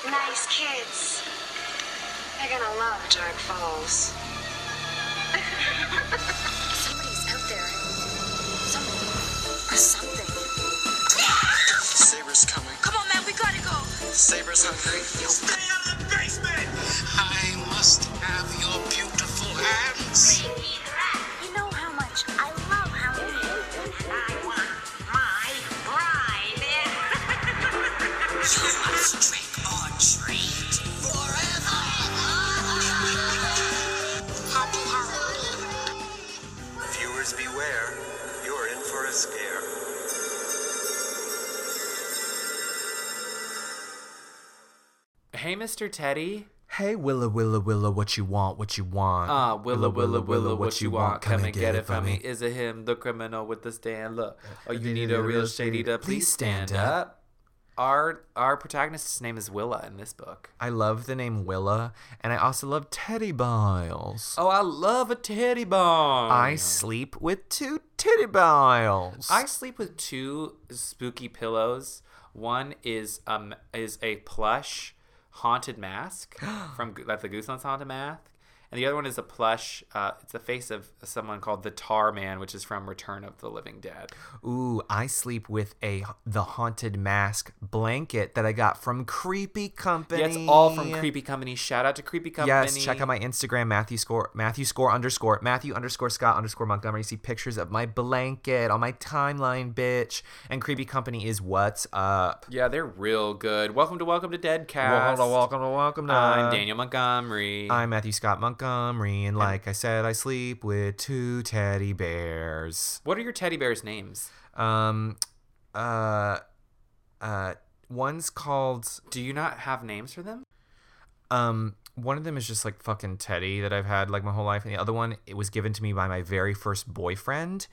These kids, they're gonna love Dark Falls. Somebody's out there. Somebody. Or something. Saber's coming. Come on, man, we gotta go. Saber's hungry. Stay out of the basement! I must have your beautiful hands. You know how much I love Halloween. I want my bride. you must trick or treat forever. Viewers beware, you're in for a scare. Hey, Mr. Teddy. Hey, Willa, Willa, Willa, what you want, what you want? Ah, Willa, Willa, Willa, what you want? Come and get it from me. Is it him, the criminal with the stand? Look, oh, you need a real shady to please stand up. Our our protagonist's name is Willa in this book. I love the name Willa, and I also love Teddy Biles. Oh, I love a teddy bomb. I sleep with two Teddy Biles. I sleep with two spooky pillows. One is um is a plush haunted mask from Go- like the Goosebumps haunted mask, and the other one is a plush. Uh, it's the face of someone called the Tar Man, which is from Return of the Living Dead. Ooh, I sleep with a the haunted mask blanket that I got from Creepy Company. Yeah, it's all from Creepy Company. Shout out to Creepy Company. Yes, check out my Instagram, Matthew score Matthew score underscore Matthew underscore Scott underscore Montgomery. You see pictures of my blanket on my timeline, bitch. And Creepy Company is what's up. Yeah, they're real good. Welcome to Welcome to Deadcast. Welcome, welcome, welcome. I'm Daniel Montgomery. Uh, I'm Matthew Scott Montgomery, and like I said, I sleep with two teddy bears. what are your teddy bears' names? Um, uh, uh, one's called Do you not have names for them? Um, one of them is just like fucking Teddy that I've had like my whole life, and the other one it was given to me by my very first boyfriend,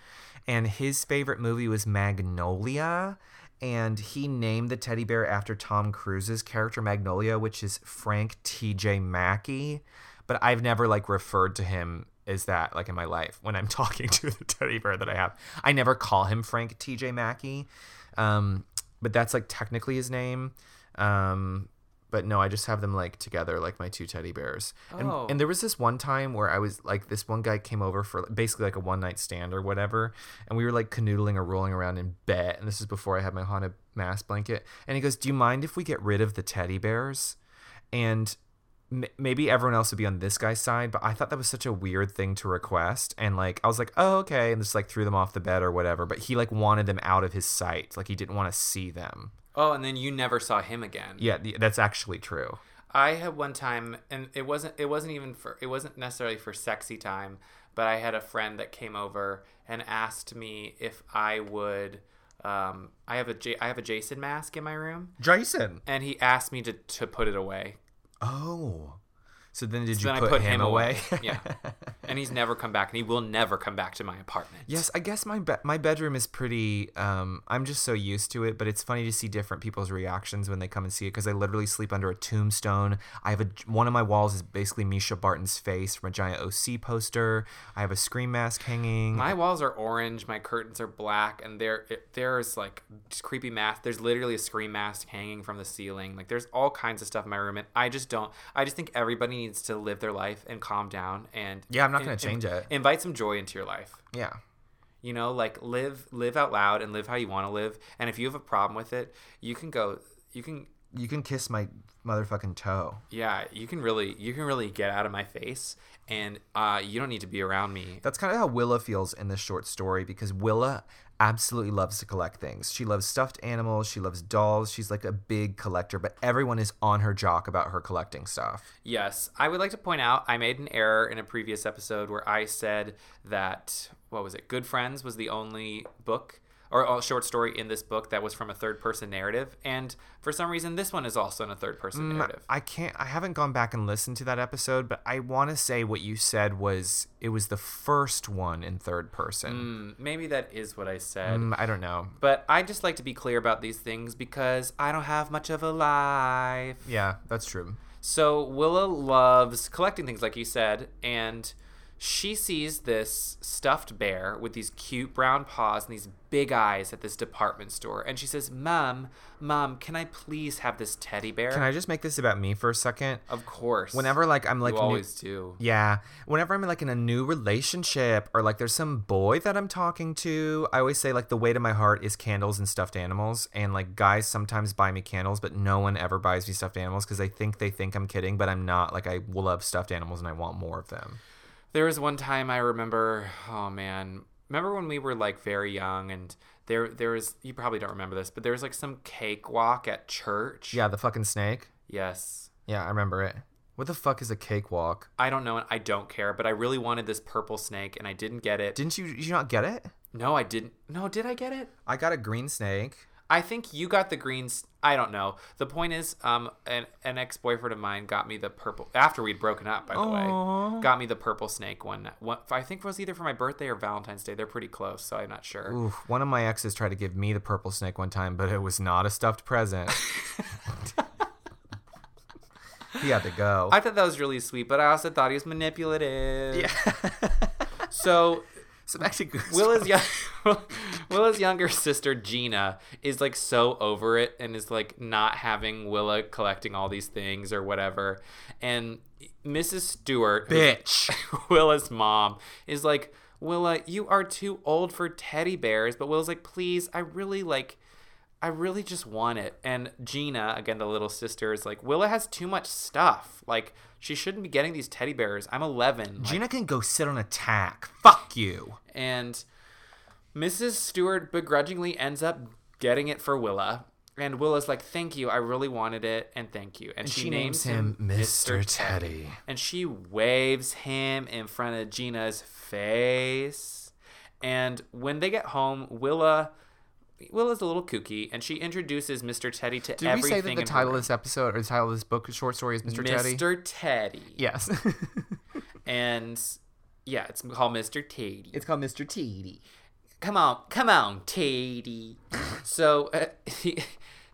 and his favorite movie was Magnolia, and he named the teddy bear after Tom Cruise's character Magnolia, which is Frank T.J. Mackey, but I've never like referred to him as that like in my life when I'm talking to the teddy bear that I have. I never call him Frank T.J. Mackey, um, but that's like technically his name. Um, but no, I just have them like together, like my two teddy bears. And, Oh. and there was this one time where I was like, this one guy came over for basically like a one night stand or whatever, and we were like canoodling or rolling around in bed. And this is before I had my haunted mask blanket. And he goes, "Do you mind if we get rid of the teddy bears?" And m- maybe everyone else would be on this guy's side, but I thought that was such a weird thing to request. And like, I was like, "Oh, okay," and just like threw them off the bed or whatever. But he like wanted them out of his sight, like he didn't want to see them. Oh, and then you never saw him again. Yeah, th- that's actually true. I had one time, and it wasn't it wasn't even for it wasn't necessarily for sexy time, but I had a friend that came over and asked me if I would. Um, I have a J, I have a Jason mask in my room, Jason. and he asked me to to put it away. Oh. So then did you then put, I put him, away? yeah, and he's never come back, and he will never come back to my apartment. yes, I guess my be- my bedroom is pretty um I'm just so used to it, but it's funny to see different people's reactions when they come and see it cuz I literally sleep under a tombstone. I have a one of my walls is basically Misha Barton's face from a giant OC poster. I have a scream mask hanging. My walls are orange, my curtains are black, and there it, there's like just creepy mask. There's literally a scream mask hanging from the ceiling. Like there's all kinds of stuff in my room, and I just don't. I just think everybody needs to live their life and calm down. And Yeah, I'm not gonna and- change and it. Invite some joy into your life. yeah. You know, like live live out loud and live how you want to live. And if you have a problem with it, you can go. You can You can kiss my motherfucking toe. yeah. You can really you can really get out of my face, and uh, you don't need to be around me. That's kind of how Willa feels in this short story because Willa absolutely loves to collect things. She loves stuffed animals, she loves dolls, she's like a big collector, but everyone is on her jock about her collecting stuff. Yes, I would like to point out I made an error in a previous episode where I said that what was it? Good Friends was the only book or uh, short story in this book that was from a third person narrative, and for some reason this one is also in a third person narrative. Mm, I can't I haven't gone back and listened to that episode, but I want to say what you said was it was the first one in third person. Mm, Maybe that is what I said. Mm, I don't know. But I just like to be clear about these things because I don't have much of a life. Yeah, that's true. So Willa loves collecting things, like you said, and she sees this stuffed bear with these cute brown paws and these big eyes at this department store. And she says, Mom, Mom, can I please have this teddy bear? Can I just make this about me for a second? Of course. Whenever like I'm like you new- always do. Yeah. Whenever I'm like in a new relationship or like there's some boy that I'm talking to, I always say like the weight of my heart is candles and stuffed animals. And like guys sometimes buy me candles, but no one ever buys me stuffed animals because they think they think I'm kidding, but I'm not. Like I love stuffed animals and I want more of them. There was one time I remember, oh man, remember when we were like very young and there there was you probably don't remember this, but there was like some cakewalk at church. Yeah, the fucking snake. Yes. Yeah, I remember it. What the fuck is a cakewalk? I don't know and I don't care, but I really wanted this purple snake and I didn't get it. Didn't you did you not get it? no, I didn't. No, did I get it? I got a green snake. I think you got the greens. I don't know. The point is, um, an, an ex boyfriend of mine got me the purple after we'd broken up. By the way, got me the purple snake one. one I think it was either for my birthday or Valentine's Day. They're pretty close, so I'm not sure. Oof, one of my exes tried to give me the purple snake one time, but it was not a stuffed present. he had to go. I thought that was really sweet, but I also thought he was manipulative. Yeah. so so actually, Willa's young, Willa's younger sister Gina is like so over it and is like not having Willa collecting all these things or whatever. And Mrs. Stewart, who's bitch. Willa's mom is like, Willa, you are too old for teddy bears. But Willa's like, please, I really like, I really just want it. And Gina, again, the little sister, is like, Willa has too much stuff. Like, she shouldn't be getting these teddy bears. I'm 11. Like, Gina can go sit on a tack. Fuck you. and Mrs. Stewart begrudgingly ends up getting it for Willa. And Willa's like, thank you, I really wanted it, and thank you. And, she, names, him Mr. Teddy. And she waves him in front of Gina's face. And when they get home, Willa Willa's a little kooky, and she introduces Mr. Teddy to Did we everything. say that the in her title of room. this episode or the title of this book, short story, is Mr. Teddy? Mr. Teddy. Yes. And yeah, it's called Mr. Teddy. called Mr. Teddy. come on, come on, Teddy. so uh, he,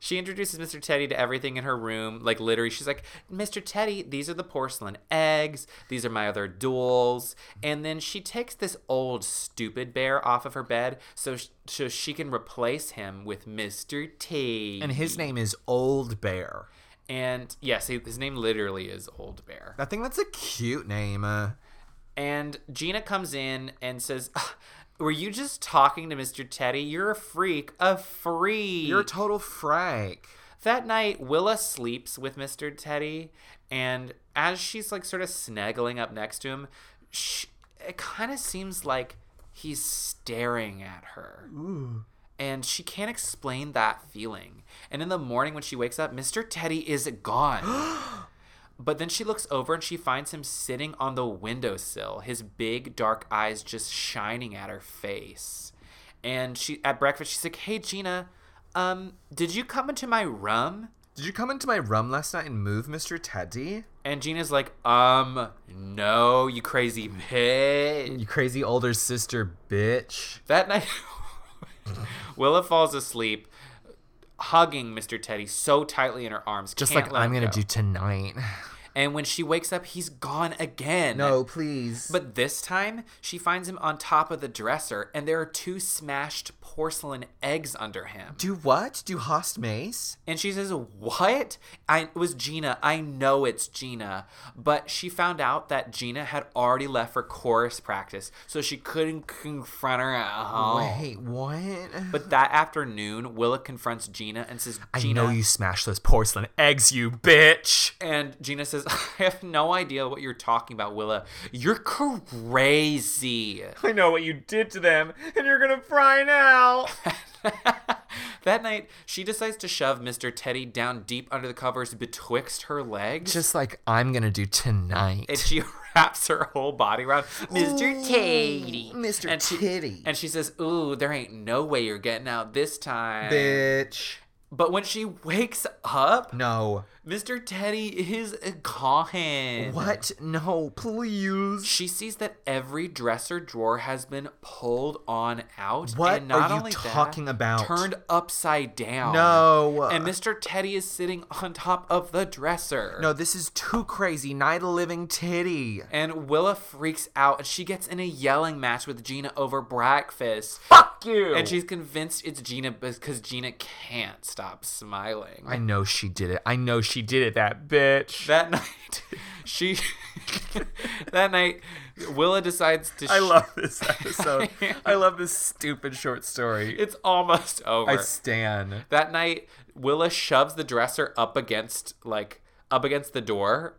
she introduces Mr. Teddy to everything in her room. Like literally, she's like, "Mr. Teddy, these are the porcelain eggs. These are my other dolls." And then she takes this old stupid bear off of her bed, so sh- so she can replace him with Mr. Teddy. And his name is Old Bear. and yes, he- his name literally is Old Bear. I think that's a cute name. Uh, And Gina comes in and says, "Ah, "Were you just talking to Mr. Teddy? You're a freak, a freak. you're a total freak. that night, Willa sleeps with Mr. Teddy, and as she's like sort of snuggling up next to him, sh it kind of seems like he's staring at her. And she can't explain that feeling. And in the morning when she wakes up, Mr. Teddy is gone. but then she looks over and she finds him sitting on the windowsill, his big dark eyes just shining at her face. And she at breakfast she's like, "Hey Gina, um, did you come into my room?" Did you come into my room last night and move Mr. Teddy? And Gina's like, "Um, no, you crazy bitch." You crazy older sister bitch. That night, Willa falls asleep, hugging Mr. Teddy so tightly in her arms. Just can't like let I'm him gonna go. do tonight. And when she wakes up, he's gone again. please. But But this time, she finds him on top of the dresser, and there are two smashed porcelain eggs under him. do what? Do host mace? And she says, What? I, it was Gina. I know it's Gina. But she found out that Gina had already left for chorus practice, so she couldn't confront her at home. Wait, what? But that afternoon, Willa confronts Gina and says, I Gina. know you smashed those porcelain eggs, you bitch. And Gina says, I have no idea what you're talking about, Willa. You're crazy. I know what you did to them, and you're gonna fry now. that night, she decides to shove Mr. Teddy down deep under the covers betwixt her legs. Just like I'm gonna do tonight. and she wraps her whole body around Mr. Teddy. Mr. And she- Teddy. And she says, Ooh, there ain't no way you're getting out this time. bitch. But when she wakes up, No. Mr. Teddy is a coffin. What? No, please. She sees that every dresser drawer has been pulled on out. What and not are you only that, talking about? Turned upside down. No. And Mr. Teddy is sitting on top of the dresser. No, this is too crazy. Night of the Living Titty. And Willa freaks out and she gets in a yelling match with Gina over breakfast. Fuck you! And she's convinced it's Gina because Gina can't stop smiling. I know she did it. I know she did it, that bitch. that night, she. that night, Willa decides to. I sh- love this episode. I love this stupid short story. It's almost over. I stan. that night, Willa shoves the dresser up against like up against the door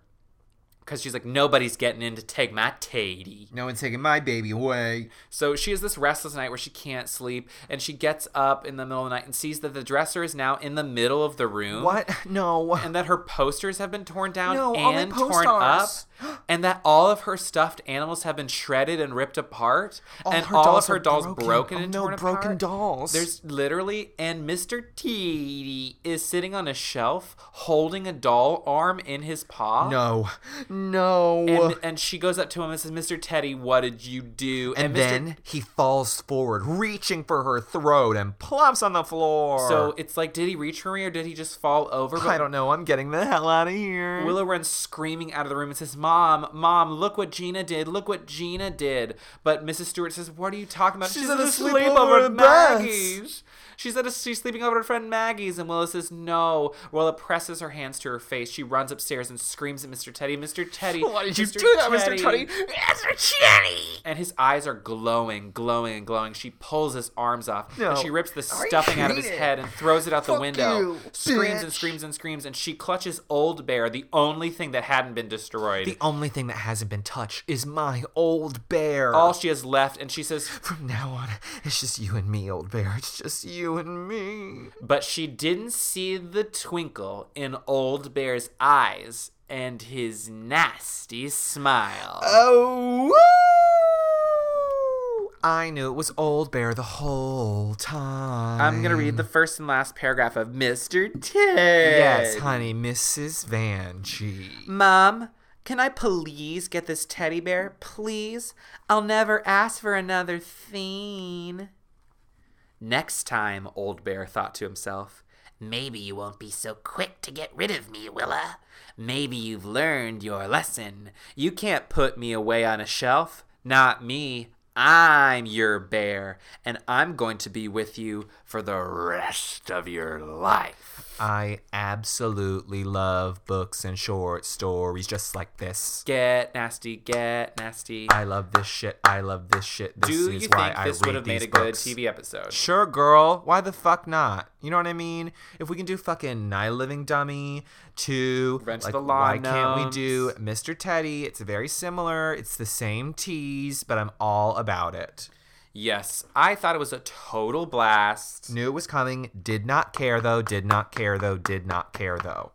because she's like nobody's getting in to take my teddy. No one's taking my baby away. So she has this restless night where she can't sleep, and she gets up in the middle of the night and sees that the dresser is now in the middle of the room. What? No. And that her posters have been torn down No, all my and torn up, posters. and that all of her stuffed animals have been shredded and ripped apart, and all of dolls her are dolls broken, broken. Oh, and no, torn broken apart. dolls. There's literally, and Mr. T is sitting on a shelf holding a doll arm in his paw. No. No. And, and she goes up to him and says, "Mr. Teddy, what did you do?" And Mr. then he falls forward, reaching for her throat, and plops on the floor. So it's like, did he reach for me or did he just fall over? I don't know. I'm getting the hell out of here. Willow runs screaming out of the room and says, Mom, Mom, look what Gina did. Look what Gina did. But Mrs. Stewart says, What are you talking about? She's at a sleepover at Maggie's. She's at a, she's sleeping over at her friend Maggie's. And Willow says, No. Willa presses her hands to her face. She runs upstairs and screams at Mr. Teddy, Mr. Teddy. Why did you do that, Mr. Teddy? Mr. Teddy! And his eyes are glowing, glowing, and glowing. She pulls his arms off. No. And she rips the you stuffing out of his kidding? head and throws it out the Fuck window. you, screams and bitch. screams and screams. And she clutches Old Bear, the only thing that hadn't been destroyed. The only thing that hasn't been touched is my old bear. All she has left. And she says, From now on, it's just you and me, old bear. It's just you and me. But she didn't see the twinkle in Old Bear's eyes and his nasty smile. Oh, woo! I knew it was old bear the whole time. I'm going to read the first and last paragraph of Mr. Ted. Yes, honey, Mrs. Vanjie. Mom, can I please get this teddy bear? Please? I'll never ask for another thing. Next time, Old Bear thought to himself, maybe you won't be so quick to get rid of me, Willa. Maybe you've learned your lesson. You can't put me away on a shelf. Not me. I'm your bear, and I'm going to be with you for the rest of your life. I absolutely love books and short stories just like this. Get nasty, get nasty. I love this shit. I love this shit. This Do is you why think I this read would have made these a good books. TV episode? Sure, girl. Why the fuck not? You know what I mean? If we can do fucking Night Living Dummy, two, Revenge of like, the why Lawn can't we Gnomes. do Mr. Teddy? It's very similar. It's the same tease, but I'm all about it. Yes, I thought it was a total blast. Knew it was coming. Did not care though. Did not care though. Did not care though.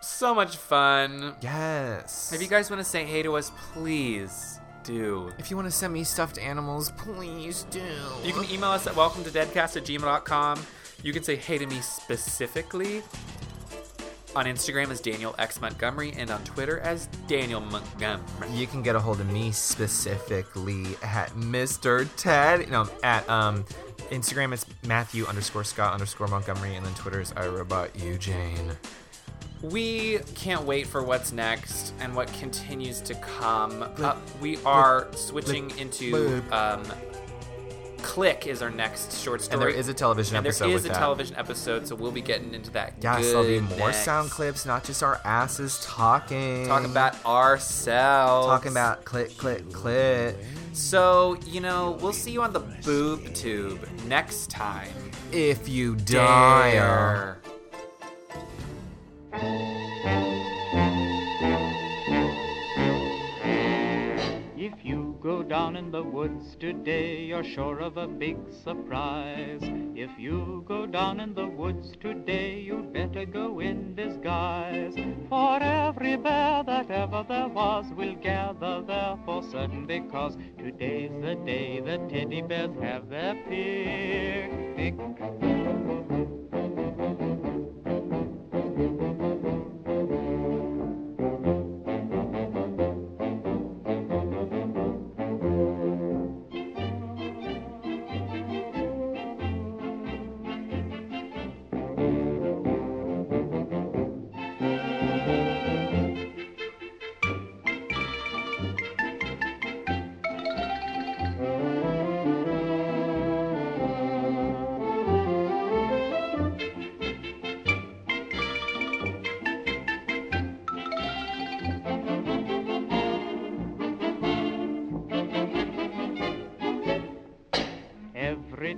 So much fun. Yes. If you guys want to say hey to us, please do. If you want to send me stuffed animals, please do. You can email us at welcome to deadcast at gmail.com. You can say hey to me specifically. On Instagram as Daniel X Montgomery and on Twitter as Daniel Montgomery. You can get a hold of me specifically at Mr. Ted. No, at um, Instagram it's Matthew underscore Scott underscore Montgomery, and then Twitter is iRobot Eugene. We can't wait for what's next and what continues to come. Uh, we are switching into um, Click is our next short story. And there is a television And there episode is with a that. television episode, so we'll be getting into that. Yes, there'll be good more next. sound clips, not just our asses talking. Talking about ourselves. talking about click, click, click. So you know, we'll see you on the boob tube next time. If you Dare. dare. If you go down in the woods today, you're sure of a big surprise. If you go down in the woods today, you'd better go in disguise. For every bear that ever there was will gather there for certain because today's the day the teddy bears have their picnic.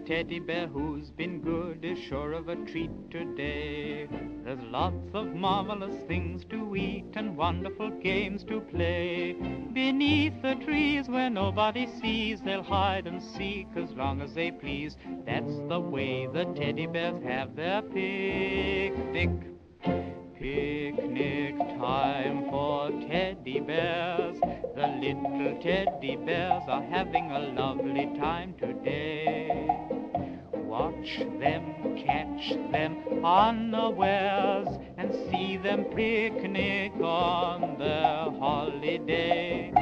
teddy bear who's been good is sure of a treat today. There's lots of marvelous things to eat and wonderful games to play. Beneath the trees where nobody sees, they'll hide and seek as long as they please. That's the way the teddy bears have their picnic. Picnic time for teddy bears. The little teddy bears are having a lovely time today. Watch them, catch them unawares, and see them picnic on their holiday.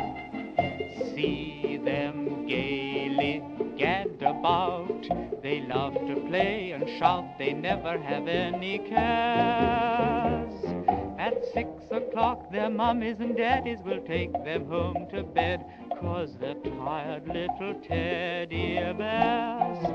See them gaily gad about. They love to play and shout, they never have any cares. At six o'clock, their mummies and daddies will take them home to bed, cause they're tired little teddy bears.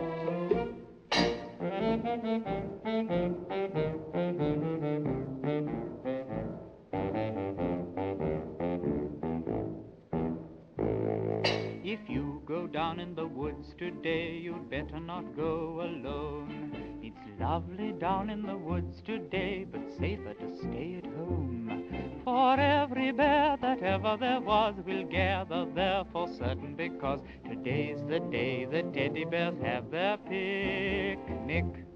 If you go down in the woods today, you'd better not go alone. It's lovely down in the woods today, but safer to stay at home. For every bear that ever there was will gather there for certain because today's the day the teddy bears have their picnic.